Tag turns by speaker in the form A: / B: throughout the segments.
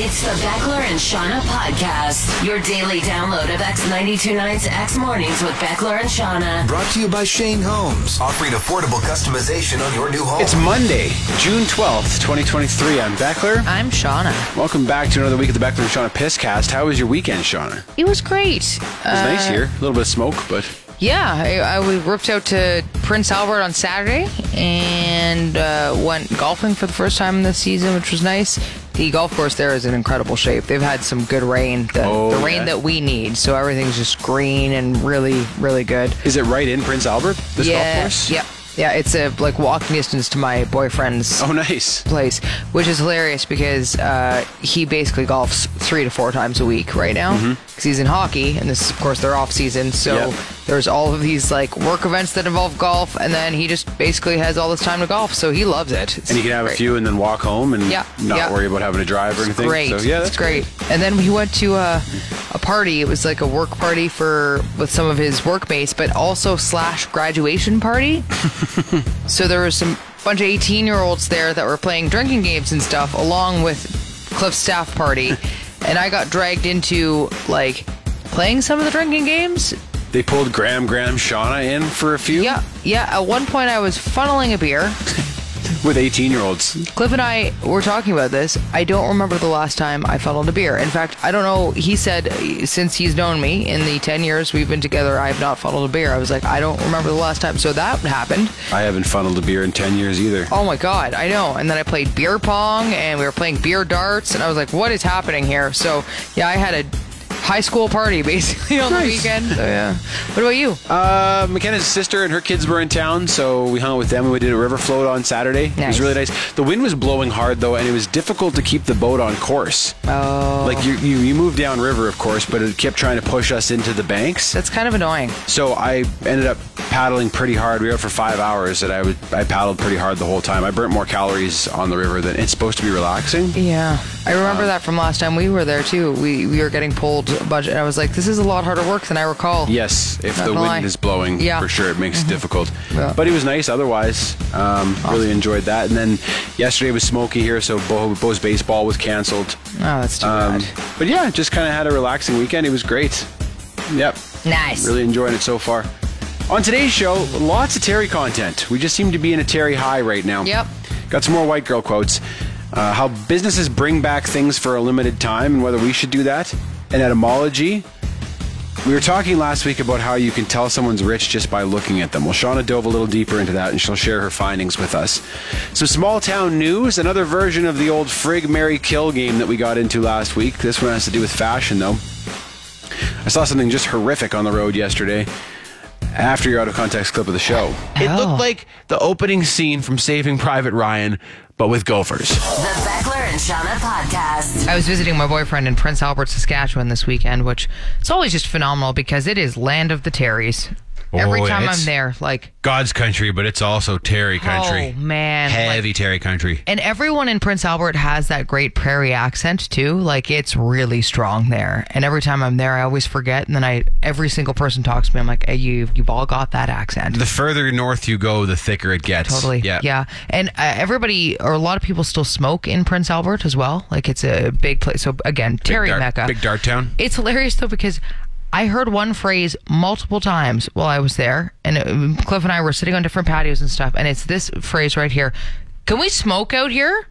A: It's the Beckler and Shauna podcast, your daily download of X92 Nights, X Mornings with Beckler and Shauna.
B: Brought to you by Shane Holmes, offering affordable customization on your new home.
C: It's Monday, June 12th, 2023. I'm Beckler.
D: I'm Shauna.
C: Welcome back to another week of the Beckler and Shauna Pisscast. How was your weekend, Shauna? It
D: It was great.
C: was nice here. A little bit of smoke, but
D: Yeah, I, I, we ripped out to Prince Albert on Saturday and uh, went golfing for the first time this season, which was nice. The golf course there is in incredible shape. They've had some good rain, the,
C: Oh,
D: the rain
C: yeah.
D: that we need. So everything's just green and really, really good.
C: is it right in Prince Albert? This golf course?
D: Yep. Yeah, it's a like walking distance to my boyfriend's
C: Oh, nice.
D: place, which is hilarious because uh, he basically golfs three to four times a week right now
C: Mm-hmm.
D: because he's in hockey, and this is, of course, their off season. So
C: Yep.
D: there's all of these like work events that involve golf, and then he just basically has all this time to golf. So he loves it. It's
C: And you can have a
D: great.
C: few and then walk home and
D: Yeah,
C: not
D: yeah.
C: worry about having to drive or anything.
D: Great.
C: So, yeah,
D: It's
C: that's
D: great. And then we went to a, a party. It was like a work party for with some of his workmates, but also slash graduation party. so there was some bunch of 18 year olds there that were playing drinking games and stuff, along with Cliff's staff party. and I got dragged into like playing some of the drinking games.
C: They pulled Graham, Graham, Shauna in for a few
D: Yeah, yeah. At one point, I was funneling a beer.
C: with 18 year olds.
D: Cliff and I were talking about this. I don't remember the last time I funneled a beer. In fact, I don't know. He said uh, since he's known me in the 10 years we've been together, I have not funneled a beer. I was like, I don't remember the last time. So that happened.
C: I haven't funneled a beer in 10 years either.
D: Oh my God, I know. And then I played beer pong and we were playing beer darts. And I was like, what is happening here? So yeah, I had a high school party basically on the
C: Nice.
D: weekend. So, Oh, yeah. What about you?
C: Uh, McKenna's sister and her kids were in town, so we hung out with them and we did a river float on Saturday. It was
D: Nice.
C: really nice. The wind was blowing hard though, and it was difficult to keep the boat on course. Oh. Like you, you, you moved down river, of course, but it kept trying to push us into the banks.
D: That's kind of annoying.
C: So I ended up paddling pretty hard. We were out for five hours, and I would I paddled pretty hard the whole time. I burnt more calories on the river than it's supposed to be relaxing.
D: Yeah, I remember that from last time we were there too. We we were getting pulled a bunch, and I was like, "This is a lot harder work than I recall."
C: Yes, if
D: Not
C: the
D: gonna
C: wind
D: lie.
C: is blowing,
D: Yeah. Mm-hmm.
C: for sure, it makes it difficult.
D: Yeah.
C: But it was nice otherwise. Um, Really enjoyed that. And then yesterday was smoky here, so Bo, Bo's baseball was canceled.
D: Oh, that's too
C: Um,
D: bad.
C: but yeah, just kind of had a relaxing weekend. It was great. Yep.
E: Nice.
C: Really enjoying it so far. On today's show, lots of Terry content. We just seem to be in a Terry high right now.
D: Yep.
C: Got some more white girl quotes. Uh, how businesses bring back things for a limited time and whether we should do that. And etymology. We were talking last week about how you can tell someone's rich just by looking at them. Well, Shauna dove a little deeper into that and she'll share her findings with us. Some small town news, another version of the old frig, marry, kill game that we got into last week. This one has to do with fashion, though. I saw something just horrific on the road yesterday after your out of context clip of the show.
F: It
D: Oh.
F: looked like the opening scene from Saving Private Ryan, but with gophers.
A: The Beckler and Shauna podcast.
D: I was visiting my boyfriend in Prince Albert, Saskatchewan this weekend, which it's always just phenomenal because it is land of the Terries. Every
F: Oh,
D: time
F: it's
D: I'm there, like
F: God's country, but it's also Terry country.
D: oh man, like-
F: Heavy Terry country.
D: and everyone in Prince Albert has that great prairie accent too. Like it's really strong there. And every time I'm there, I always forget. And then I, every single person talks to me. I'm like, hey, you, you've all got that accent.
F: The further north you go, the thicker it gets.
D: Totally.
F: Yeah.
D: Yeah. And uh, everybody, or a lot of people still smoke in Prince Albert as well. Like it's a big place. So again, Terry
F: dart-
D: Mecca.
F: big dart town.
D: It's hilarious though because I heard one phrase multiple times while I was there. And it, Cliff and I were sitting on different patios and stuff. And it's this phrase right here Can we smoke out here?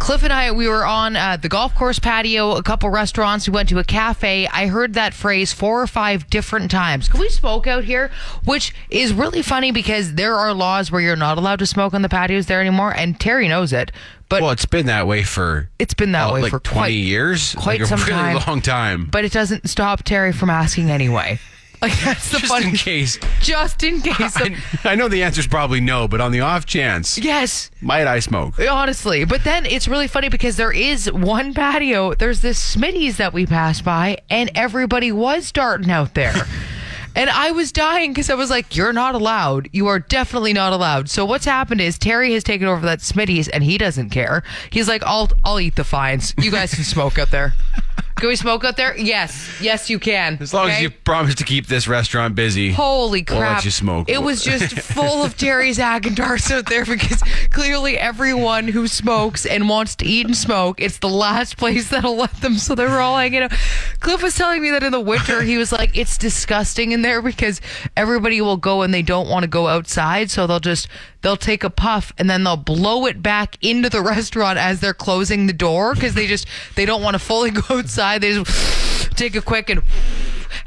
D: Cliff and I, we were on uh, the golf course patio, a couple restaurants. We went to a cafe. I heard that phrase four or five different times. Can we smoke out here? Which is really funny because there are laws where you're not allowed to smoke on the patios there anymore, and Terry knows it. But
F: Well, it's been that way for
D: it's been that
F: oh,
D: way
F: like
D: for
F: 20
D: quite,
F: years. like
D: quite
F: a
D: some
F: really
D: time.
F: long time.
D: But it doesn't stop Terry from asking anyway. Like that's the
C: Just
D: funny.
C: in case.
D: Just in case.
C: I, I know the answer's probably no, but on the off chance,
D: yes.
C: might I smoke?
D: Honestly, but then it's really funny because there is one patio. There's this Smitty's that we passed by, and everybody was darting out there. And I was dying because I was like, You're not allowed. You are definitely not allowed. So, what's happened is Terry has taken over that Smitty's and he doesn't care. He's like, I'll, I'll eat the fines. You guys can smoke out there. Can we smoke out there? Yes. Yes, you can.
C: As long as
D: Okay?
C: you promise to keep this restaurant busy.
D: Holy
C: We'll
D: crap!
C: let you smoke.
D: It was just full of Terry's Agendar's out there because clearly everyone who smokes and wants to eat and smoke, it's the last place that'll let them. So they were all hanging out. Cliff was telling me that in the winter he was like, it's disgusting in there because everybody will go and they don't want to go outside, so they'll just they'll take a puff and then they'll blow it back into the restaurant as they're closing the door because they just they don't want to fully go outside. They just take a quick and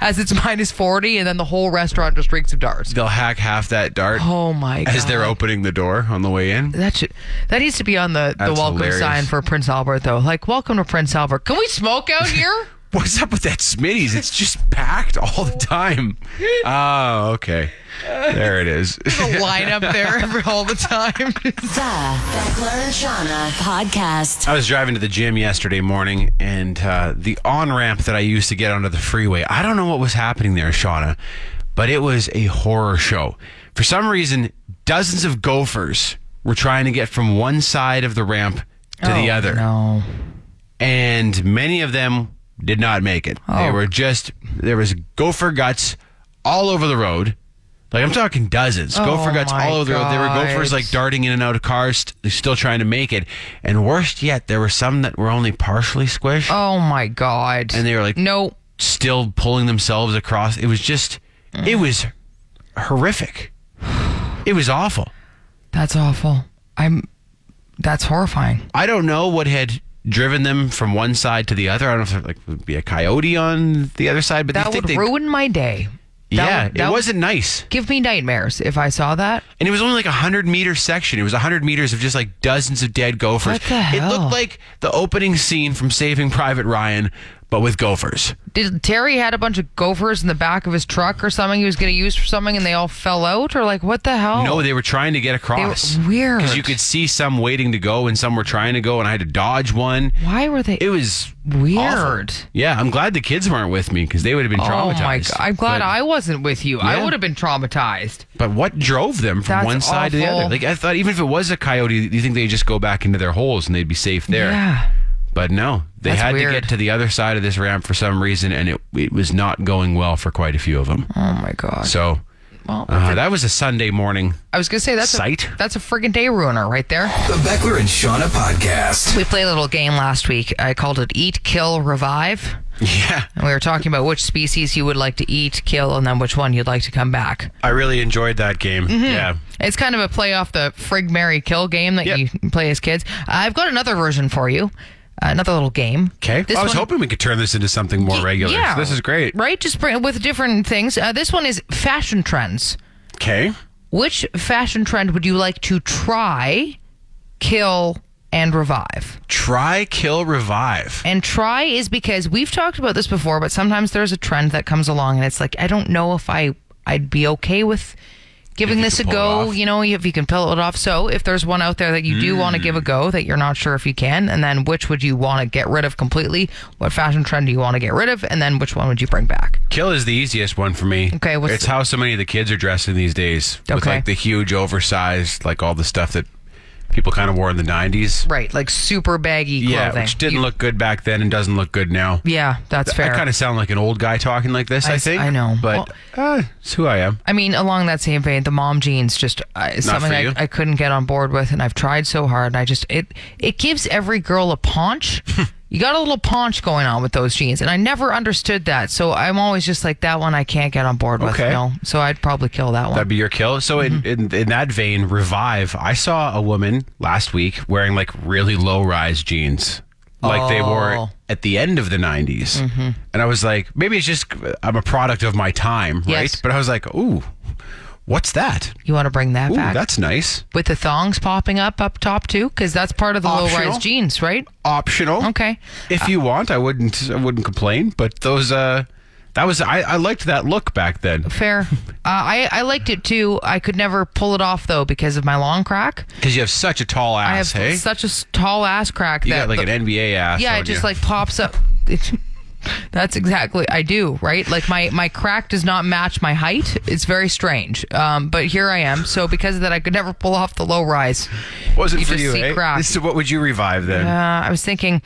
D: as it's minus 40 and then the whole restaurant just reeks of darts.
C: They'll hack half that dart
D: Oh my god.
C: as they're opening the door on the way in.
D: that should that needs to be on the, the
C: That's
D: welcome
C: hilarious.
D: sign for Prince Albert though. Like welcome to Prince Albert. Can we smoke out here?
C: What's up with that Smitty's? It's just packed all the time. Oh, okay. There it is.
D: the line up there every, all the time.
A: The Beckler and Shauna podcast.
C: I was driving to the gym yesterday morning, and uh, the on ramp that I used to get onto the freeway, I don't know what was happening there, Shauna, but it was a horror show. For some reason, dozens of gophers were trying to get from one side of the ramp to the other.
D: No.
C: and many of them did not make it. They
D: Oh.
C: were just there was gopher guts all over the road. Like I'm talking dozens. gopher guts
D: Oh my
C: all over the road. There were gophers
D: God.
C: like darting in and out of cars, st- still trying to make it. And worst yet, there were some that were only partially squished,
D: Oh my god.
C: and they were like
D: no.
C: still pulling themselves across. It was just, it
D: Mm.
C: was horrific. It was awful.
D: That's awful. I'm that's horrifying.
C: I don't know what had driven them from one side to the other. I don't know if there like would be a coyote on the other side, but
D: That
C: they think
D: would
C: they,
D: ruin my day. That
C: yeah,
D: would- that
C: it
D: would
C: wasn't nice,
D: give me nightmares if I saw that.
C: and it was only like a hundred meter section. It was a hundred meters of just like dozens of dead gophers.
D: What the
C: It
D: hell?
C: looked like the opening scene from Saving Private Ryan, but with gophers.
D: Did Terry had a bunch of gophers in the back of his truck or something he was going to use for something and they all fell out or like what the hell?
C: No, they were trying to get across.
D: Oh. weird.
C: because you could see some waiting to go and some were trying to go, and I had to dodge one.
D: Why were they
C: It was
D: weird?
C: awful. Yeah, I'm glad the kids weren't with me because they would have been
D: Oh
C: traumatized.
D: my god. I'm glad
C: But-
D: I wasn't with you. I
C: Yeah.
D: would have been traumatized.
C: But what drove them from
D: That's
C: one side to the
D: awful.
C: other? Like I thought, even if it was a coyote, you think they just go back into their holes and they'd be safe there.
D: Yeah.
C: But no, they
D: That's
C: had
D: weird.
C: to get to the other side of this ramp for some reason, and it it was not going well for quite a few of them.
D: Oh my god.
C: So
D: well,
C: uh, that was a Sunday morning.
D: I was going to say that's
C: Sight?
D: a that's a freaking day ruiner right there.
B: The Beckler and Shauna Podcast.
D: We played a little game last week. I called it Eat, Kill, Revive.
C: Yeah,
D: And we were talking about which species you would like to eat, kill, and then which one you'd like to come back.
C: I really enjoyed that game.
D: Mm-hmm.
C: Yeah,
D: It's kind of a play off the frig, Mary kill game that
C: Yep.
D: you play as kids. I've got another version for you, another little game.
C: okay.
D: This
C: I was
D: one-
C: hoping we could turn this into something more regular.
D: Yeah,
C: this is great.
D: right? Just bring, with different things. Uh, this one is fashion trends.
C: Okay,
D: Which fashion trend would you like to try, kill, and revive?
C: try, kill, revive.
D: And try is because we've talked about this before, but sometimes there's a trend that comes along, and it's like I don't know if I I'd be okay with giving
C: If you
D: this a
C: could pull it
D: go.
C: off.
D: You know, if you can pull it off. So if there's one out there that you do want to give
C: Mm.
D: a go that you're not sure if you can, and then which would you want to get rid of completely? What fashion trend do you want to get rid of? And then which one would you bring back?
C: Kill is the easiest one for me.
D: Okay, what's
C: it's
D: the-
C: how so many of the kids are dressing these days with
D: Okay.
C: like the huge, oversized, like all the stuff that people kind of wore in the '90s.
D: Right, like super baggy clothing.
C: Yeah, which didn't
D: You-
C: look good back then and doesn't look good now.
D: Yeah, that's fair.
C: I kind of sound like an old guy talking like this.
D: I
C: I,
D: s-
C: think
D: I know.
C: but uh, it's who I am.
D: I mean, along that same vein, the mom jeans just uh, is something
C: for you?
D: I, I couldn't get on board with, and I've tried so hard, and I just it it gives every girl a paunch. you got a little paunch going on with those jeans, and I never understood that. So I'm always just like that one I can't get on board with.
C: Okay.
D: No, so I'd probably kill that one.
C: That'd be your kill. So
D: Mm-hmm.
C: in, in in that vein, revive. I saw a woman last week wearing like really low rise jeans, like they wore
D: Oh. Mm-hmm.
C: at the end of the '90s, and I was like, maybe it's just I'm a product of my time,
D: Yes.
C: right? But I was like, ooh, what's that?
D: you want to bring that
C: Ooh,
D: back
C: that's nice.
D: with the thongs popping up up top too, because that's part of the low rise
C: Optional.
D: jeans, right?
C: Optional.
D: Okay.
C: If you want, I wouldn't. I wouldn't complain. But those uh, That was I, I liked that look back then.
D: Fair. Uh, I I liked it too. I could never pull it off though because of my long crack.
C: Because you have such a tall
D: I have
C: ass, hey?
D: such a s- tall ass crack
C: Ah, you
D: that
C: got like
D: the-
C: an NBA ass.
D: yeah,
C: on
D: it just
C: you.
D: like pops up. That's exactly I do right. Like my my crack does not match my height. It's very strange. Um, but here I am. So because of that, I could never pull off the low rise.
C: wasn't
D: you
C: for
D: just
C: you,
D: see
C: eh?
D: crack.
C: This is what would you revive then?
D: Uh, I was thinking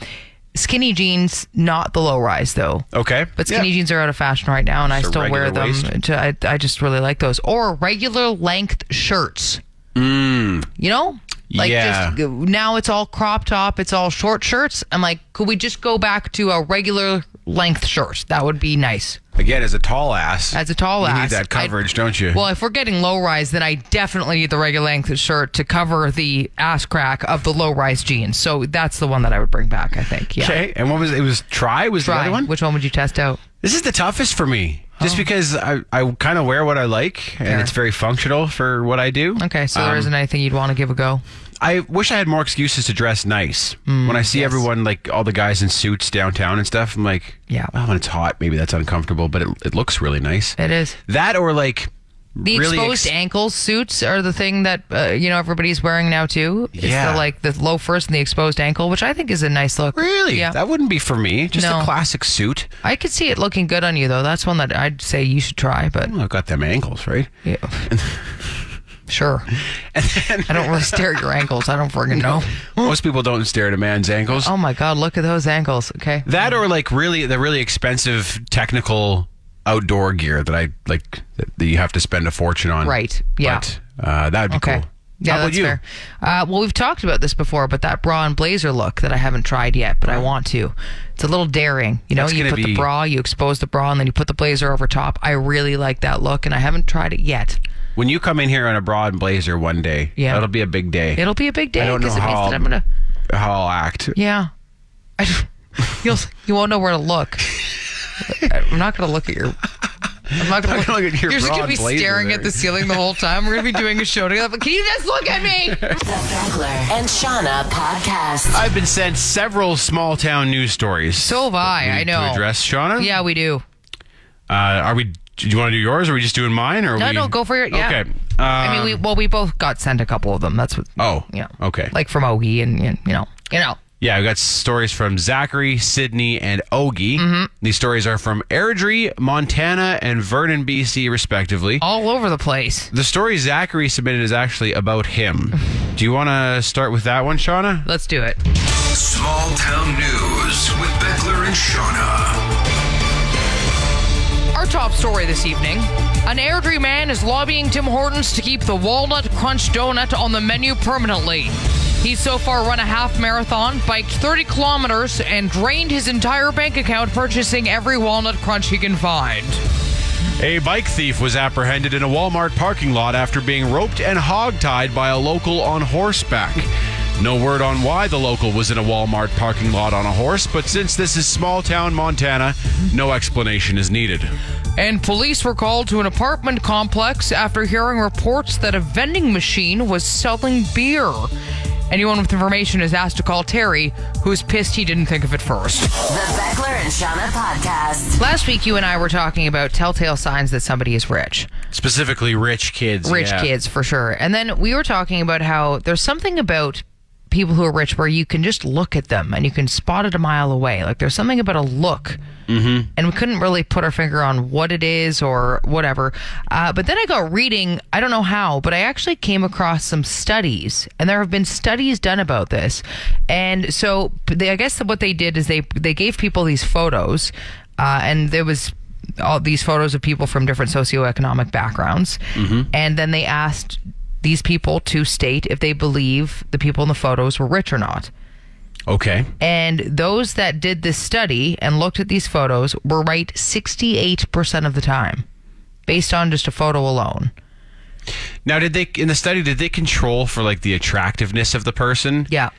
D: skinny jeans, not the low rise though.
C: Okay.
D: But skinny
C: Yeah.
D: jeans are out of fashion right now, and I
C: Just a
D: still wear
C: regular
D: them.
C: waist.
D: To, I, I just really like those. Or regular length shirts. Mm. You know? Like
C: Yeah.
D: just now it's all crop top, it's all short shirts. I'm like, could we just go back to a regular length shirt? That would be nice.
C: Again, as a tall ass.
D: As a tall
C: you
D: ass.
C: need that
D: I'd-
C: coverage, don't you?
D: Well, if we're getting low rise, then I definitely need the regular length shirt to cover the ass crack of the low rise jeans. So that's the one that I would bring back, I think. Yeah.
C: Okay. And what was it? Was try was the
D: Try.
C: other one?
D: Which one would you test out?
C: This is the toughest for me. Just because I, I kind of wear what I like
D: Fair.
C: and it's very functional for what I do.
D: Okay, so there
C: Um,
D: isn't anything you'd want to give a go.
C: I wish I had more excuses to dress nice.
D: Mm,
C: when I see everyone, like all the guys in suits downtown and stuff, I'm like,
D: Yeah.
C: well, when it's hot, maybe that's uncomfortable, but it, it looks really nice.
D: It is.
C: That or like
D: The
C: really
D: exposed
C: ex-
D: ankle suits are the thing that uh, you know everybody's wearing now too. It's
C: Yeah.
D: the, like the loafers and the exposed ankle, which I think is a nice look.
C: Really?
D: Yeah.
C: That wouldn't be for me. Just a
D: No.
C: classic suit.
D: I could see it looking good on you though. That's one that I'd say you should try. But
C: Well, I've got them ankles, right?
D: yeah. sure.
C: And then
D: I don't really stare at your ankles. I don't friggin' know.
C: most people don't stare at a man's ankles.
D: Oh my god, look at those ankles. Okay.
C: That or like really the really expensive technical outdoor gear that I like that that you have to spend a fortune on.
D: Right. Yeah.
C: But, uh, that would be
D: Okay.
C: cool.
D: Yeah,
C: How about
D: that's
C: you?
D: fair. Uh, well, we've talked about this before, but that bra and blazer look that I haven't tried yet, but I want to. It's a little daring, you know.
C: That's
D: You
C: gonna
D: put
C: be-
D: the bra, you expose the bra, and then you put the blazer over top. I really like that look, and I haven't tried it yet.
C: When you come in here in a bra and blazer one day,
D: Yeah.
C: that'll be a big day.
D: It'll be a big
C: I
D: day
C: don't know
D: because it means
C: how
D: that I'm gonna.
C: how I'll act.
D: Yeah, I don't- you'll you won't know where to look. I'm not gonna look at your. I'm not gonna,
C: Not gonna look at your
D: You're just
C: bra
D: gonna be
C: and blazer
D: staring at
C: there.
D: the ceiling the whole time. We're gonna be doing a show together. but Can you just look at me?
A: The Beckler and Shauna podcast.
C: I've been sent several small town news stories.
D: So have
C: that
D: I,
C: we
D: I
C: need
D: know.
C: To address Shauna.
D: Yeah, we do.
C: Uh, are we? Do you want to do yours? Or are we just doing mine? Or are
D: No,
C: we...
D: no, go for it. Yeah.
C: Okay. um,
D: I mean, we well, we both got sent a couple of them. That's what.
C: Oh,
D: yeah.
C: okay.
D: Like from Ogie and, and you know, you know.
C: Yeah, we got stories from Zachary, Sydney, and Ogie. These stories are from Airdrie, Montana, and Vernon, BC, respectively.
D: All over the place.
C: The story Zachary submitted is actually about him. Do you want to start with that one, Shauna?
D: Let's do it.
B: Small Town News with Beckler and Shauna.
D: Our top story this evening. An Airdrie man is lobbying Tim Hortons to keep the walnut crunch donut on the menu permanently. He's so far run a half marathon, biked 30 kilometers, and drained his entire bank account purchasing every walnut crunch he can find.
C: A bike thief was apprehended in a Walmart parking lot after being roped and hogtied by a local on horseback. No word on why the local was in a Walmart parking lot on a horse, but since this is small town Montana, no explanation is needed.
D: And police were called to an apartment complex after hearing reports that a vending machine was selling beer. Anyone with information is asked to call Terry, who's pissed he didn't think of it first.
A: The Beckler and Shauna podcast.
D: Last week, you and I were talking about telltale signs that somebody is rich.
C: Specifically, rich kids.
D: Rich
C: yeah.
D: kids, for sure. And then we were talking about how there's something about people who are rich where you can just look at them and you can spot it a mile away. Like there's something about a look. Mm-hmm. And we couldn't really put our finger on what it is or whatever. Uh, but then I got reading, I don't know how, but I actually came across some studies, and there have been studies done about this. And so they, I guess what they did is they, they gave people these photos, uh, and there was all these photos of people from different socioeconomic backgrounds. And then they asked these people to state if they believe the people in the photos were rich or not.
C: Okay.
D: And those that did this study and looked at these photos were right 68% of the time based on just a photo alone.
C: Now, did they in the study did they control for like the attractiveness of the person?
D: Yeah.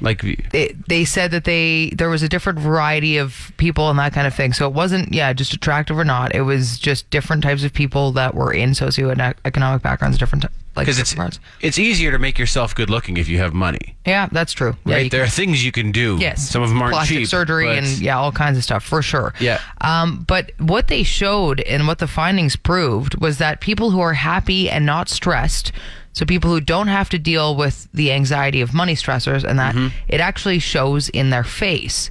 G: Like,
D: it, they said that they there was a different variety of people and that kind of thing. So it wasn't yeah just attractive or not. It was just different types of people that were in socioeconomic backgrounds, different t- like
G: because it's
D: different parts.
G: it's easier to make yourself good looking if you have money.
D: Yeah, that's true. Yeah,
G: Right?
D: you
G: there are things you can do.
D: Yes.
G: Some of them aren't
D: Plastic
G: cheap.
D: surgery
G: but-
D: and yeah, all kinds of stuff for sure.
G: Yeah.
D: Um, but what they showed and what the findings proved was that people who are happy and not stressed, so people who don't have to deal with the anxiety of money stressors and that
G: Mm-hmm.
D: it actually shows in their face.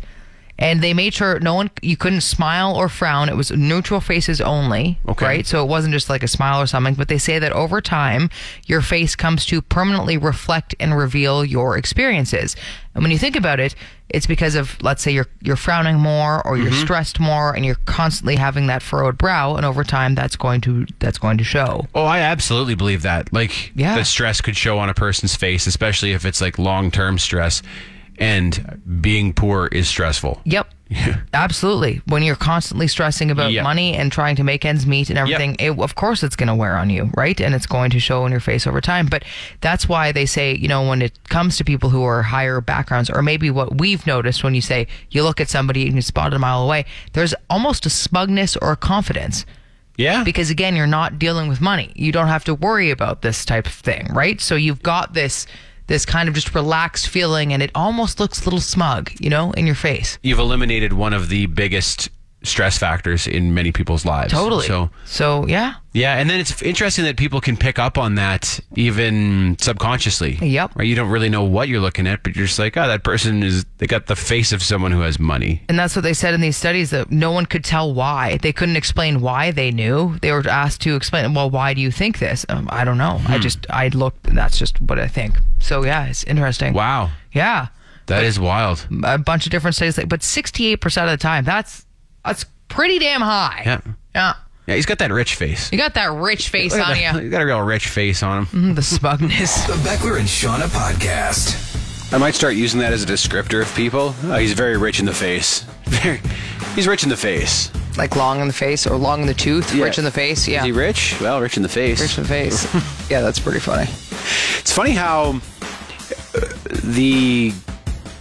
D: And they made sure no one you couldn't smile or frown. It was neutral faces only.
G: Okay.
D: Right? So it wasn't just like a smile or something, but they say that over time, your face comes to permanently reflect and reveal your experiences. And when you think about it, it's because of, let's say, you're, you're frowning more or you're stressed more and you're constantly having that furrowed brow. And over time, that's going to, that's going to show.
G: Oh, I absolutely believe that. Like,
D: Yeah.
G: the stress could show on a person's face, especially if it's like long term stress. And being poor is stressful.
D: Yep. Absolutely. When you're constantly stressing about
G: Yep.
D: money and trying to make ends meet and everything, it, of course it's going to wear on you, right? And it's going to show in your face over time. But that's why they say, you know, when it comes to people who are higher backgrounds, or maybe what we've noticed when you say you look at somebody and you spot it a mile away, there's almost a smugness or a confidence
G: Yeah.
D: because again you're not dealing with money you don't have to worry about this type of thing right so you've got this this kind of just relaxed feeling and it almost looks a little smug you know in your face
G: you've eliminated one of the biggest stress factors in many people's lives.
D: totally
G: So,
D: so yeah
G: yeah. And then it's interesting that people can pick up on that even subconsciously.
D: Yep.
G: Right. You don't really know what you're looking at, but you're just like, oh, that person is, they got the face of someone who has money.
D: and that's what they said in these studies that no one could tell why they couldn't explain why they knew they were asked to explain well why do you think this um, i don't know
C: Hmm.
D: i just i looked that's just what i think so yeah it's interesting
G: Wow.
D: yeah
G: That is wild.
D: a bunch of different studies like but 68% of the time that's that's pretty damn high
G: Yeah.
D: yeah
G: Yeah. He's got that rich face.
D: You got that rich face on you.
G: He's got a real rich face on
C: Mm-hmm.
G: him.
D: the smugness.
B: The Beckler and Shauna Podcast.
C: I might start using that as a descriptor of people. Uh, he's very rich in the face. Very, he's rich in the face.
D: Like long in the face or long in the tooth,
C: Yeah.
D: rich in the face. Yeah.
C: Is he rich? Well, rich in the face.
D: Rich in the face. yeah, that's pretty funny.
C: It's funny how uh, the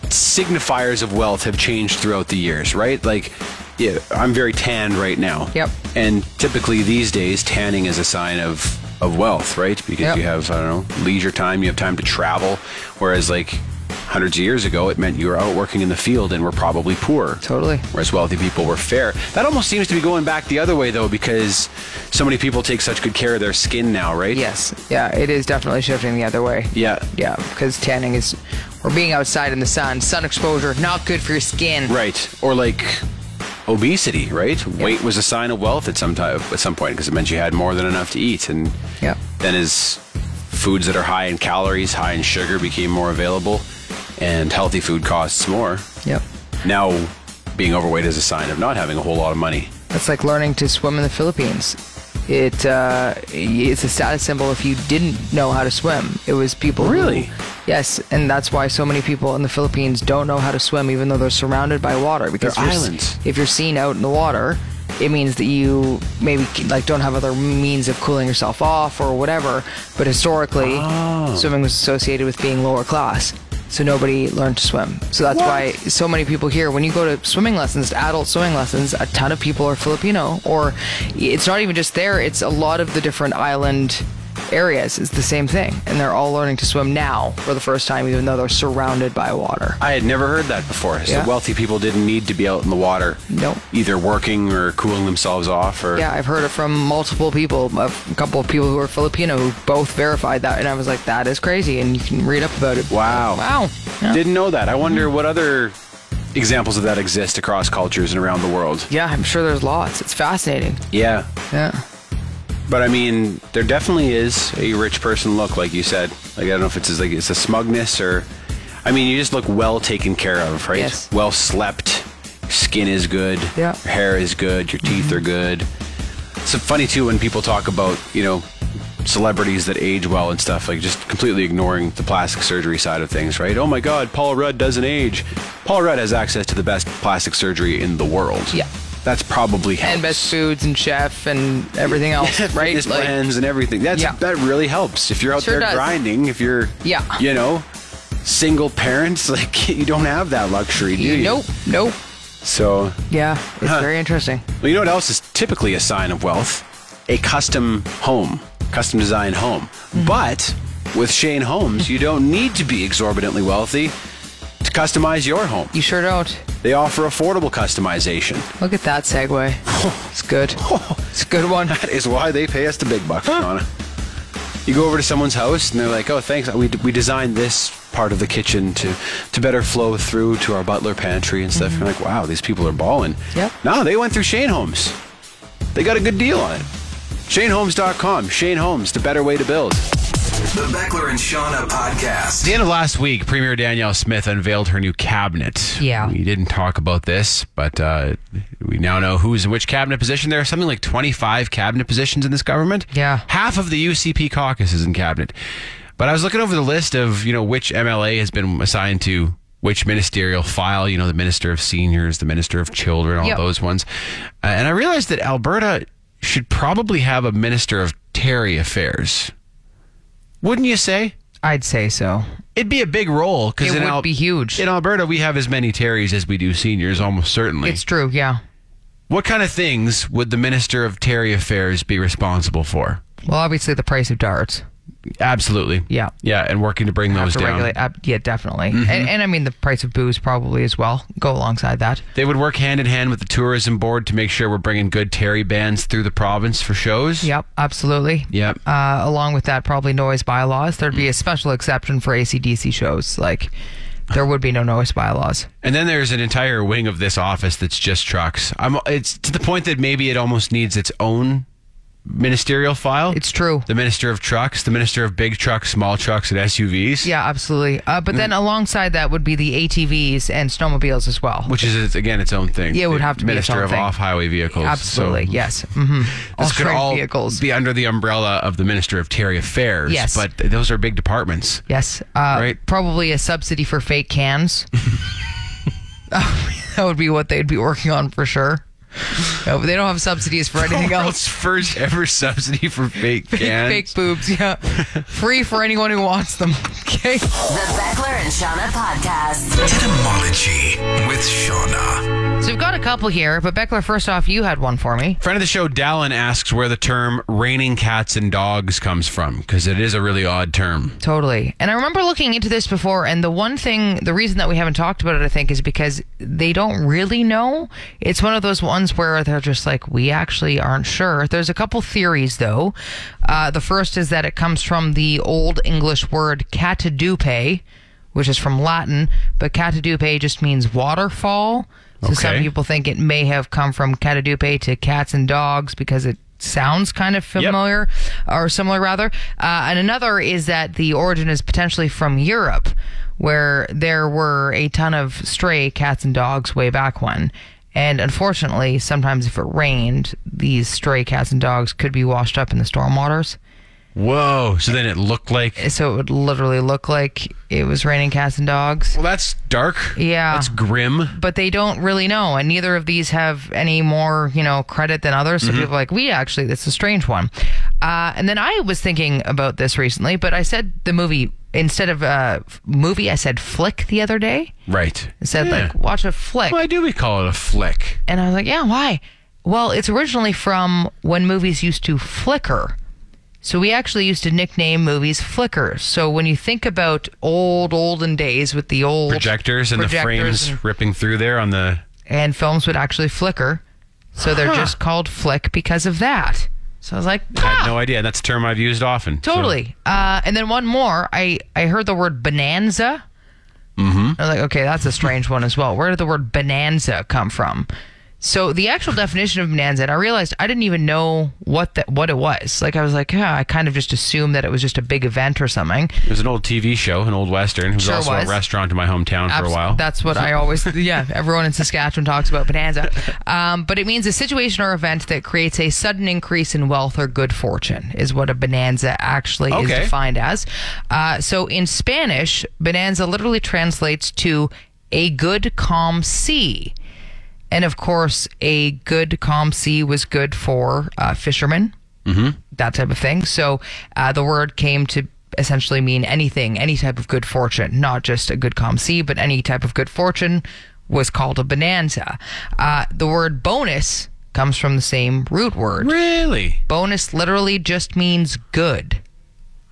C: signifiers of wealth have changed throughout the years, right? Like, yeah, I'm very tanned right now.
D: Yep.
C: And typically these days, tanning is a sign of of wealth, right? Because
D: Yep.
C: you have I don't know leisure time, you have time to travel, whereas like. Hundreds of years ago, it meant you were out working in the field and were probably poor.
D: Totally.
C: Whereas wealthy people were fair. That almost seems to be going back the other way, though, because so many people take such good care of their skin now, right?
H: Yes. Yeah, it is definitely shifting the other way.
C: Yeah.
H: Yeah, because tanning is, or being outside in the sun, sun exposure, not good for your skin.
C: Right. Or like obesity, right? Weight was a sign of wealth at some time at some point because it meant you had more than enough to eat and
H: Yeah.
C: then as foods that are high in calories, high in sugar became more available and healthy food costs more.
H: Yep.
C: Now being overweight is a sign of not having a whole lot of money.
H: That's like learning to swim in the Philippines. It uh, it's a status symbol if you didn't know how to swim. It was people who-
C: Really?
H: yes, and that's why so many people in the Philippines don't know how to swim, even though they're surrounded by water. Because
C: They're
H: if you're s-
C: islands.
H: If you're seen out in the water, it means that you maybe like don't have other means of cooling yourself off or whatever. But historically, swimming was associated with being lower class. So nobody learned to swim. So that's why so many people here, when you go to swimming lessons, adult swimming lessons, a ton of people are Filipino. Or it's not even just there, it's a lot of the different island areas. It's the same thing. And they're all learning to swim now for the first time, even though they're surrounded by water.
C: I had never heard that before. So
H: Yeah.
C: wealthy people didn't need to be out in the water.
H: Nope.
C: Either working or cooling themselves off or
H: Yeah, I've heard it from multiple people, a couple of people who are Filipino who both verified that. And I was like, that is crazy. And you can read up about it.
C: Wow.
H: Wow. Yeah.
C: Didn't know that. I wonder what other examples of that exist across cultures and around the world.
H: Yeah, I'm sure there's lots. It's fascinating.
C: Yeah.
H: Yeah.
C: But I mean, there definitely is a rich person look, like you said. Like I don't know if it's just, like it's a smugness or, I mean, you just look well taken care of, right?
H: Yes.
C: Well slept, skin is good,
H: Yeah. Mm-hmm.
C: your hair is good, your teeth are good. It's funny too when people talk about you know celebrities that age well and stuff, like just completely ignoring the plastic surgery side of things, right? Oh my God, Paul Rudd doesn't age. Paul Rudd has access to the best plastic surgery in the world.
H: Yeah.
C: That's probably helps
H: And best foods and chef and everything else, right?
C: fitness plans and everything. That's
H: Yeah.
C: that really helps. If you're out
H: Sure
C: there
H: does.
C: grinding, if you're
H: Yeah.
C: you know,
I: single parents, like you don't have that luxury, do you?
D: Nope. Nope.
I: So,
D: Yeah, it's
I: Huh.
D: very interesting.
I: well, you know what else is typically a sign of wealth? A custom home, custom design home.
H: Mm-hmm.
I: But with Shane Homes, you don't need to be exorbitantly wealthy to customize your home.
D: You sure don't.
I: They offer affordable customization.
D: Look at that segue. It's good.
H: Oh,
D: It's a good one.
I: That is why they pay us the big bucks, Shauna. You go over to someone's house and they're like, "Oh, thanks. We, we designed this part of the kitchen to to better flow through to our butler pantry and stuff." You're like, "Wow, these people are balling."
D: Yep.
I: No, they went through Shane Homes. They got a good deal on it. ShaneHomes.com. Shane Homes, the better way to build.
B: The Beckler and Shauna
C: At the
B: Podcast.
C: end of last week, Premier Danielle Smith unveiled her new cabinet.
J: Yeah.
C: We didn't talk about this, but uh, we now know who's in which cabinet position. There are something like 25 cabinet positions in this government.
J: Yeah.
C: Half of the UCP caucus is in cabinet. But I was looking over the list of, you know, which MLA has been assigned to which ministerial file, you know, the Minister of Seniors, the Minister of Children, all
J: Yep.
C: those ones. Uh, and I realized that Alberta should probably have a Minister of Terry Affairs. Wouldn't you say?
J: I'd say so.
C: It'd be a big role because
J: It would be huge.
C: In Alberta, we have as many Terrys as we do seniors, almost certainly.
J: It's true, yeah.
C: what kind of things would the Minister of Terry Affairs be responsible for?
J: Well, obviously the price of darts.
C: Absolutely.
J: Yeah.
C: Yeah, and working to bring those
J: Have to
C: down.
J: regulate. Uh, yeah, definitely.
H: Mm-hmm.
J: And, and I mean the price of booze probably as well. Go alongside that.
C: They would work hand in hand with the tourism board to make sure we're bringing good Terry bands through the province for shows.
J: Yep, absolutely.
C: Yep.
J: Uh, along with that, probably noise bylaws. There'd
C: Mm.
J: be a special exception for ACDC shows. Like, there would be no noise bylaws.
C: And then there's an entire wing of this office that's just trucks. I'm, it's to the point that maybe it almost needs its own ministerial file.
J: It's true.
C: The Minister of Trucks, the Minister of Big Trucks, Small Trucks, and SUVs.
J: Yeah, absolutely. Uh,
C: Mm.
J: but then alongside that would be the ATVs and snowmobiles as well.
C: Which is it's- again its own thing.
J: Yeah, it would
C: The
J: have to be its
C: Minister
J: own
C: of
J: thing.
C: Off-Highway Vehicles.
J: absolutely.
C: So
J: yes. Mm-hmm. All
C: This could
J: terrain
C: all
J: vehicles.
C: be under the umbrella of the Minister of Terry Affairs.
J: Yes.
C: but th- those are big departments.
J: yes. Uh,
C: Right.
J: Probably a subsidy for fake cans. that would be what they'd be working on for sure. No, but they don't have subsidies for anything else.
C: World's first ever subsidy for fake
J: Fake-
C: Oh, cans.
J: Fake boobs, yeah. Free for anyone who wants them. Okay.
A: The Beckler and Shauna Podcast.
B: Etymology with Shauna.
J: So we've got a couple here, but Beckler, first off, you had one for me.
C: Friend of the show, Dallin asks where the term "raining cats and dogs" comes from because it is a really odd term.
J: Totally. And I remember looking into this before, and the one thing, the reason that we haven't talked about it, I think, is because they don't really know. It's one of those ones where they're just like, we actually aren't sure. There's a couple theories, though. Uh, the first is that it comes from the Old English word catadupe, which is from Latin, but catadupe just means waterfall. So some
C: Okay.
J: people think it may have come from catadupe to cats and dogs because it sounds kind of familiar or similar rather uh, and another is that the origin is potentially from europe where there were a ton of stray cats and dogs way back when and unfortunately sometimes if it rained these stray cats and dogs could be washed up in the storm waters
C: Whoa! So then it looked like
J: so it would literally look like it was raining cats and dogs
C: well, that's dark.
J: Yeah.
C: that's grim.
J: but they don't really know and neither of these have any more you know credit than others
C: Mm-hmm.
J: so people are like we actually that's a strange one uh, and then i was thinking about this recently but i said the movie instead of uh, f- movie i said flick the other day
C: Right.
J: I said
C: Yeah.
J: like watch a flick
C: Why do we call it a flick?
J: and i was like yeah why well it's originally from when movies used to flicker so we actually used to nickname movies flickers so when you think about old olden days with the old
C: Projectors and the
J: projectors
C: frames
J: and-
C: ripping through there on the.
J: and films would actually flicker. So they're just called flick because of that. So I was like,
C: I had
J: "Ah,
C: no idea. That's a term I've used often. so-
J: totally. Uh, and then one more, I, I heard the word bonanza. Mm-hmm. I was like, okay, that's a strange one as well. Where did the word bonanza come from? So the actual definition of bonanza, and I realized I didn't even know what that what it was. Like I was like, yeah, I kind of just assumed that it was just a big event or something.
C: It was an old TV show, an old western. It was
J: Sure
C: also
J: was.
C: a restaurant in my hometown for a
J: Abs-
C: while.
J: That's what I always. Yeah, everyone in Saskatchewan talks about bonanza, um, but it means a situation or event that creates a sudden increase in wealth or good fortune is what a bonanza actually is
C: Okay.
J: defined as. Uh, so in Spanish, bonanza literally translates to a good calm sea. And of course, a good calm sea was good for uh, fishermen, that type of thing. So uh, the word came to essentially mean anything, any type of good fortune, not just a good calm sea, but any type of good fortune was called a bonanza. Uh, the word bonus comes from the same root word.
C: Really?
J: Bonus literally just means good.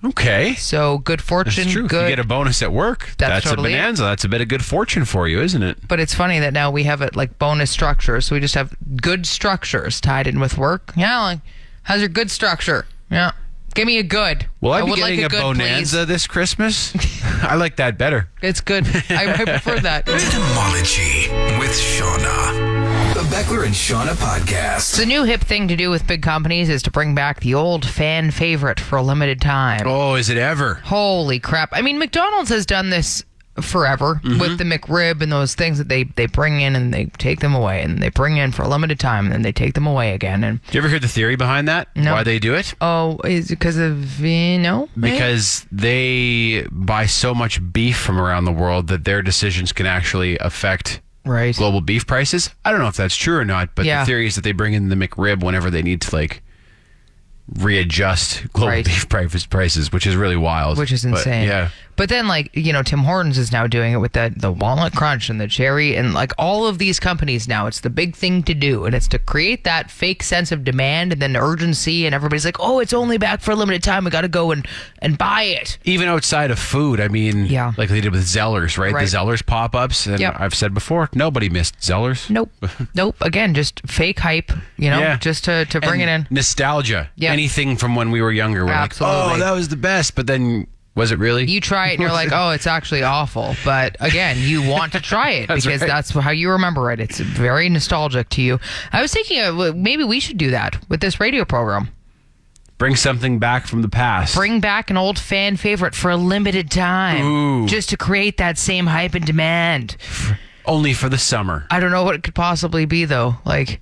C: Okay.
J: So good
C: That's
J: fortune,
C: true. If
J: good.
C: You get a bonus at work.
J: That's
C: That's,
J: totally it.
C: a bonanza. That's a bit of good fortune for you, isn't it?
J: but it's funny that now we have it like bonus structures. So we just have good structures tied in with work. Yeah, like, how's your good structure? Yeah. Give me a good.
C: Will I, be
J: would
C: getting
J: like a,
C: a,
J: good,
C: bonanza this Christmas? I like that better.
J: Please. It's good. I, I prefer that.
B: Etymology with Shauna. The Beckler and Shauna Podcast.
J: The new hip thing to do with big companies is to bring back the old fan favorite for a limited time.
C: Oh, is it ever?
J: Holy crap. I mean, McDonald's has done this forever with the McRib and those things that they, they bring in and they take them away and they bring in for a limited time and then they take them away again. And
C: Do you ever hear the theory behind that?
J: No.
C: Why they do it?
J: oh, is it because of, you know? maybe?
C: Because they buy so much beef from around the world that their decisions can actually affect
J: Right.
C: global beef prices. I don't know if that's true or not, but
J: Yeah.
C: the theory is that they bring in the McRib whenever they need to like readjust global
J: Right.
C: beef prices, prices, which is really wild.
J: Which is
C: But,
J: insane.
C: yeah.
J: But then, like you know, Tim Hortons is now doing it with the the walnut crunch and the cherry and like all of these companies now. It's the big thing to do, and it's to create that fake sense of demand and then urgency. And everybody's like, "Oh, it's only back for a limited time. We got to go and and buy it."
C: Even outside of food, I mean,
J: Yeah.
C: like they did with Zellers, right?
J: Right.
C: The Zellers pop ups. And
J: Yep.
C: I've said before, nobody missed Zellers.
J: Nope, nope. Again, just fake hype. You know,
C: Yeah.
J: just to to bring
C: And
J: it in.
C: Nostalgia.
J: Yeah.
C: Anything from when we were younger. We're like,
J: Absolutely.
C: oh, that was the best. But then, was it really?
J: You try it and you're like, oh, it's actually awful. But again, you want to try it
C: That's
J: because
C: right.
J: that's how you remember it. It's very nostalgic to you. I was thinking uh, well, maybe we should do that with this radio program.
C: Bring something back from the past.
J: Bring back an old fan favorite for a limited time
C: Ooh.
J: just to create that same hype and demand.
C: Only for the summer.
J: I don't know what it could possibly be, though. Like,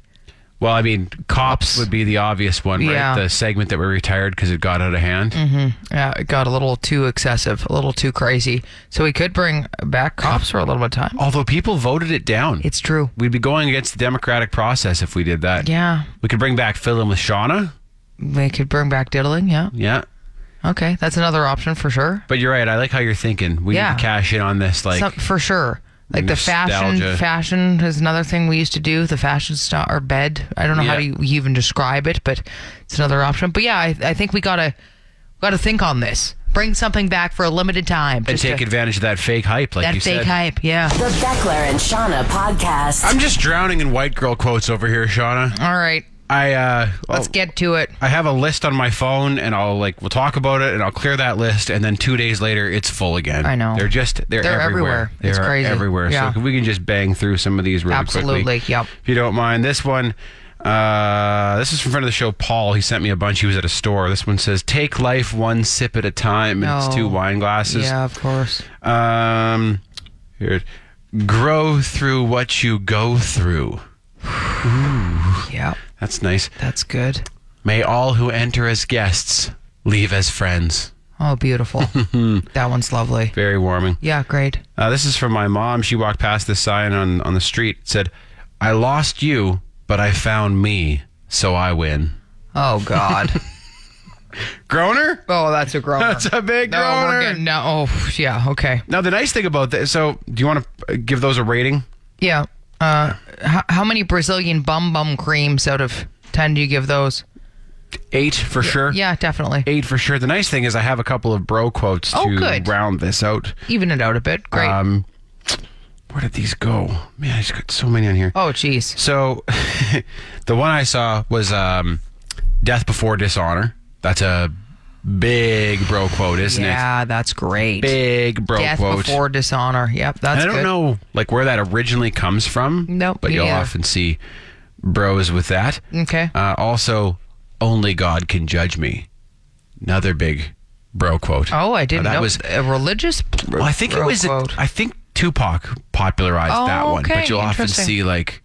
C: Well, I mean, cops
J: Cops.
C: would be the obvious one, right?
J: Yeah. Mm-hmm.
C: The segment that we retired because it got out of hand.
J: yeah, it got a little too excessive, a little too crazy. So we could bring back cops for a little bit of time.
C: Although people voted it down.
J: It's true.
C: We'd be going against the democratic process if we did that.
J: Yeah,
C: We could bring back Phil and with Shauna.
J: they could bring back diddling. Yeah.
C: Yeah.
J: Okay. That's another option for sure.
C: But you're right. I like how you're thinking. We
J: Yeah.
C: need to cash in on this. Like,
J: Some, for sure. Like the fashion,
C: Nostalgia.
J: fashion is another thing we used to do. The fashion star or bed. I don't know how
C: Yeah.
J: do you you even describe it, but it's another option. But yeah, I, I think we gotta gotta think on this. Bring something back for a limited time.
C: and
J: just
C: take
J: to-
C: advantage of that fake hype, like
J: That
C: you
J: fake
C: said.
J: hype. Yeah.
A: The Beckler and Shauna Podcast.
C: I'm just drowning in white girl quotes over here, Shauna.
J: All right.
C: I uh,
J: Let's
C: I'll-
J: get to it.
C: I have a list on my phone, and I'll like we'll talk about it, and I'll clear that list, and then two days later, it's full again.
J: I know.
C: They're just they're,
J: They're everywhere.
C: They
J: It's
C: are
J: crazy.
C: everywhere.
J: Yeah.
C: So we can just bang through some of these really quickly.
J: Absolutely. Yep.
C: If you don't mind, this one. Uh, this is from friend of the show, Paul. He sent me a bunch. He was at a store. This one says, "Take life one sip at a time." And
J: No.
C: it's two wine glasses.
J: Yeah, of course.
C: Um, here, grow through what you go through.
J: Yeah,
C: That's nice.
J: that's good.
C: May all who enter as guests leave as friends.
J: Oh, beautiful. that one's lovely.
C: Very warming.
J: Yeah, great.
C: Uh, this is from my mom. She walked past this sign on, on the street. It said, I lost you, but I found me, so I win.
J: Oh God.
C: Groaner?
J: oh, that's a groaner.
C: That's a big
J: no,
C: groaner.
J: we're getting, no. Oh, yeah. Okay.
C: Now, the nice thing about this, so do you want to give those a rating?
J: Yeah. Uh, how, how many Brazilian bum bum creams out of 10 do you give those?
C: Eight for sure.
J: Yeah, definitely.
C: Eight for sure. The nice thing is I have a couple of bro quotes
J: Oh,
C: to
J: good.
C: round this out.
J: Even it out a bit. Great.
C: Um, where did these go? Man, I just got so many on here.
J: oh, jeez.
C: So, the one I saw was um, "Death Before Dishonor." That's a big bro quote, isn't it?
J: Yeah, that's great.
C: Big bro
J: Death
C: quote.
J: before dishonor. Yep, that's
C: and I don't
J: good.
C: know like where that originally comes from.
J: Nope,
C: but
J: me
C: you'll
J: neither.
C: often see bros with that.
J: Okay.
C: Uh, also, only God can judge me. Another big bro quote.
J: Oh, I didn't
C: Now, that
J: know.
C: was
J: a religious.
C: well, I think it
J: bro
C: was. I
J: quote.
C: think Tupac popularized
J: Oh,
C: that one,
J: okay,
C: but you'll often
J: interesting.
C: see like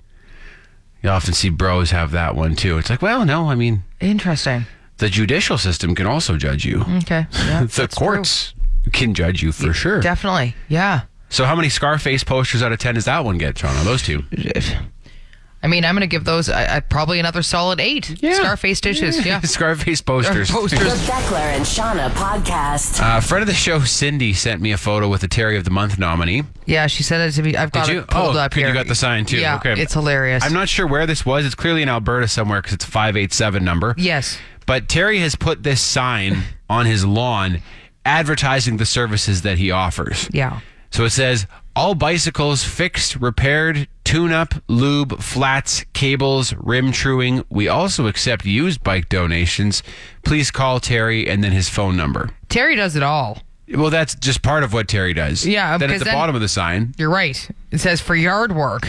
C: you will often see bros have that one too. It's like, well, no, I mean,
J: Interesting.
C: the judicial system can also judge you.
J: Okay. Yeah,
C: the
J: Mm, that's true.
C: courts can judge you for sure.
J: Definitely. Yeah.
C: so, how many Scarface posters out of ten does that one get, Toronto? Those two.
J: I I mean, I'm going to give those I, I, probably another solid eight.
C: Yeah.
J: Scarface dishes. Yeah.
C: Scarface posters.
J: Posters.
A: The Beckler and Shauna podcast.
C: Uh, friend of the show, Cindy, sent me a photo with the Terry of the Month nominee.
J: Yeah, she said it to me. I've got
C: Did you?
J: it pulled
C: Oh,
J: up
C: good, you
J: here.
C: got the sign, too.
J: Yeah,
C: Okay.
J: it's hilarious.
C: I'm not sure where this was. It's clearly in Alberta somewhere because it's 587 number.
J: Yes.
C: But Terry has put this sign on his lawn advertising the services that he offers.
J: Yeah.
C: So it says all bicycles fixed, repaired, tune up, lube, flats, cables, rim truing. We also accept used bike donations. Please call Terry and then his phone number.
J: Terry does it all.
C: Well, that's just part of what Terry does.
J: Yeah,
C: Then at
J: because
C: the
J: then-
C: bottom of the sign,
J: You're right. It says for yard work,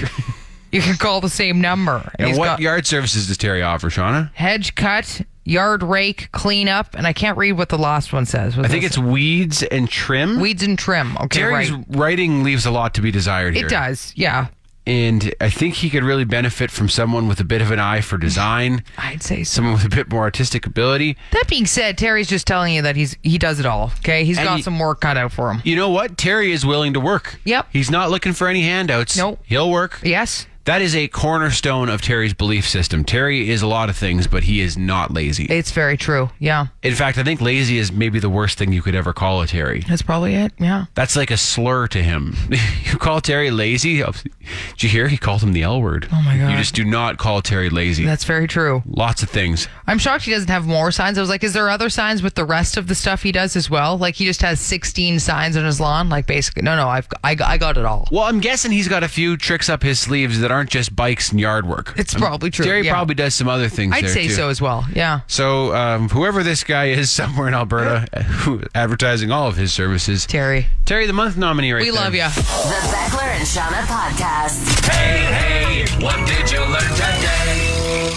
J: you can call the same number.
C: and
J: he's
C: what
J: got
C: yard services does Terry offer, Shauna?
J: hedge cut, yard rake, cleanup, and I can't read what the last one says.
C: I think it's weeds and trim.
J: weeds and trim. Okay,
C: Terry's
J: right.
C: writing leaves a lot to be desired here.
J: It does. Yeah,
C: And I think he could really benefit from someone with a bit of an eye for design,
J: I'd say so.
C: someone with a bit more artistic ability.
J: That being said, Terry's just telling you that he's he does it all. Okay, he's
C: And
J: got
C: he-
J: some work cut out for him.
C: You know what? Terry is willing to work.
J: Yep.
C: He's not looking for any handouts.
J: Nope.
C: He'll work.
J: Yes.
C: That is a cornerstone of Terry's belief system. Terry is a lot of things, but he is not lazy.
J: It's very true. Yeah.
C: In fact, I think lazy is maybe the worst thing you could ever call a Terry.
J: That's probably it. Yeah.
C: That's like a slur to him. you call Terry lazy. Oh, Did you hear? He called him the L word. Oh
J: my God.
C: You just do not call Terry lazy.
J: That's very true.
C: Lots of things.
J: I'm shocked he doesn't have more signs. I was like, is there other signs with the rest of the stuff he does as well? Like he just has 16 signs on his lawn. Like basically, no, no, I've I, got- I got it all.
C: Well, I'm guessing he's got a few tricks up his sleeves that aren't just bikes and yard work.
J: It's
C: I'm-
J: probably true,
C: Terry
J: yeah.
C: probably does some other things.
J: I'd
C: there,
J: say
C: too.
J: so as well. Yeah.
C: So, um, whoever this guy is somewhere in Alberta, who advertising all of his services,
J: Terry.
C: Terry the month nominee, right
J: We
C: there.
J: love you.
A: The Beckler and Shauna podcast.
B: Hey, hey, what did you learn today?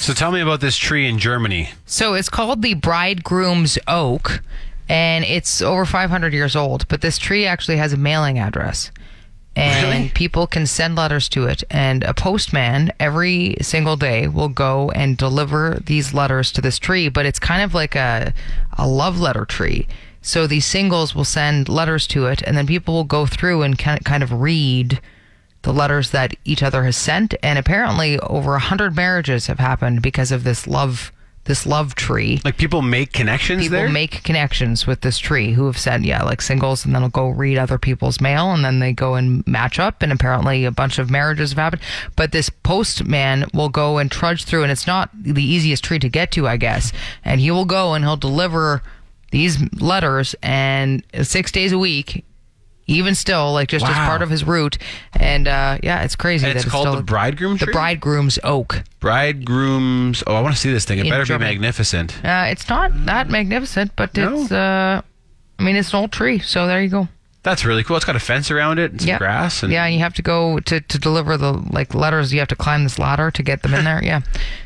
C: So, tell me about this tree in Germany.
J: So it's called the Bridegroom's Oak, and it's over 500 years old. But this tree actually has a mailing address, and people can send letters to it. And a postman every single day will go and deliver these letters to this tree. But it's kind of like a a love letter tree. So these singles will send letters to it, and then people will go through and kin- kind of read the letters that each other has sent and apparently over 100 marriages have happened because of this love this love tree
C: Like people make connections
J: people
C: there.
J: make connections with this tree who have sent yeah like singles and then will go read other people's mail and then they go and match up and apparently a bunch of marriages have happened but this postman will go and trudge through and it's not the easiest tree to get to i guess and he will go and he'll deliver these letters and six days a week even still like just as
C: Wow.
J: part of his route and uh yeah it's crazy
C: And
J: that
C: it's called
J: still-
C: the bridegroom
J: the
C: tree?
J: bridegroom's oak
C: Bridegrooms. Oh, I want to see this thing. It
J: In
C: better
J: Germany.
C: be magnificent.
J: Uh, it's not that magnificent, but
C: No.
J: it's. Uh, I mean, it's an old tree, so there you go.
C: That's really cool. It's got a fence around it and some
J: Yeah,
C: grass. And
J: yeah, and you have to go to to deliver the like letters. You have to climb this ladder to get them in there. Yeah,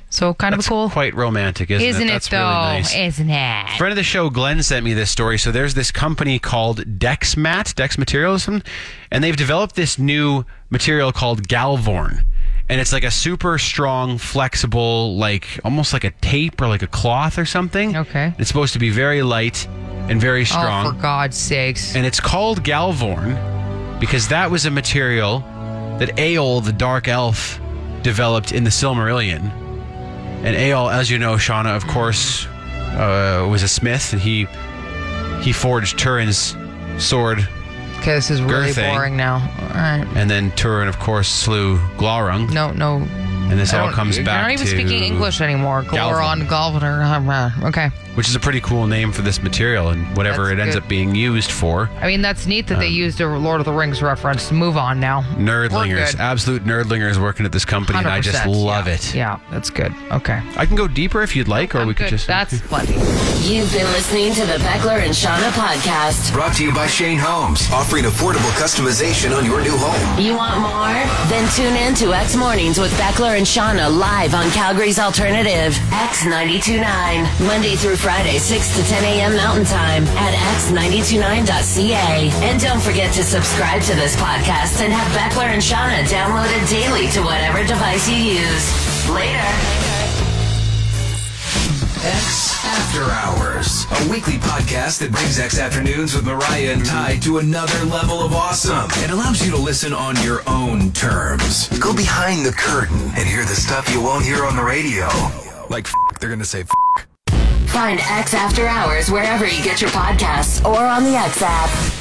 J: so kind
C: that's
J: of a cool,
C: quite romantic, isn't,
J: isn't
C: it?
J: it,
C: That's
J: though?
C: really nice.
J: Isn't it?
C: Friend of the show, Glenn sent me this story. So there's this company called Dexmat, Dex Materials, and- and they've developed this new material called Galvorn. And it's like a super strong, flexible, like almost like a tape or like a cloth or something.
J: Okay.
C: It's supposed to be very light and very strong.
J: Oh, for God's sakes!
C: and it's called Galvorn because that was a material that Aeol, the dark elf, developed in the Silmarillion. And Aeol, as you know, Shauna, of course, uh, was a smith, and he he forged Turin's sword,
J: okay, this is really
C: Gerthang.
J: boring now. All right.
C: and then Turin, of course, slew Glaurung,
J: No, no.
C: and this
J: I
C: all
J: don't-
C: comes back
J: You're not even
C: to
J: speaking English anymore.
C: Galvan.
J: Galvan. Galvan. Okay.
C: which is a pretty cool name for this material, and whatever
J: That's
C: it ends
J: good.
C: up being used for.
J: I mean, that's neat that they
C: Um,
J: used a Lord of the Rings reference. Move on now.
C: Nerdlingers,
J: good.
C: absolute nerdlingers working at this company, and I just
J: 100%,
C: love
J: yeah.
C: it.
J: Yeah, that's good. Okay.
C: I can go deeper if you'd like, or
J: I'm
C: we could
J: good.
C: just.
J: That's plenty.
A: You've been listening to the Beckler and Shauna podcast.
B: Brought to you by Shane Holmes, offering affordable customization on your new home.
A: You want more? Then tune in to X Mornings with Beckler and Shauna live on Calgary's Alternative, X929. Monday through Friday, 6 to 10 a.m. Mountain Time at x929.ca. And don't forget to subscribe to this podcast and have Beckler and Shauna downloaded daily to whatever device you use. Later.
B: X After Hours. a weekly podcast that brings X Afternoons with Mariah and Ty to another level of awesome and allows you to listen on your own terms. Go behind the curtain and hear the stuff you won't hear on the radio. Like, f- they're going to say f-
A: Find X After Hours wherever you get your podcasts or on the X app.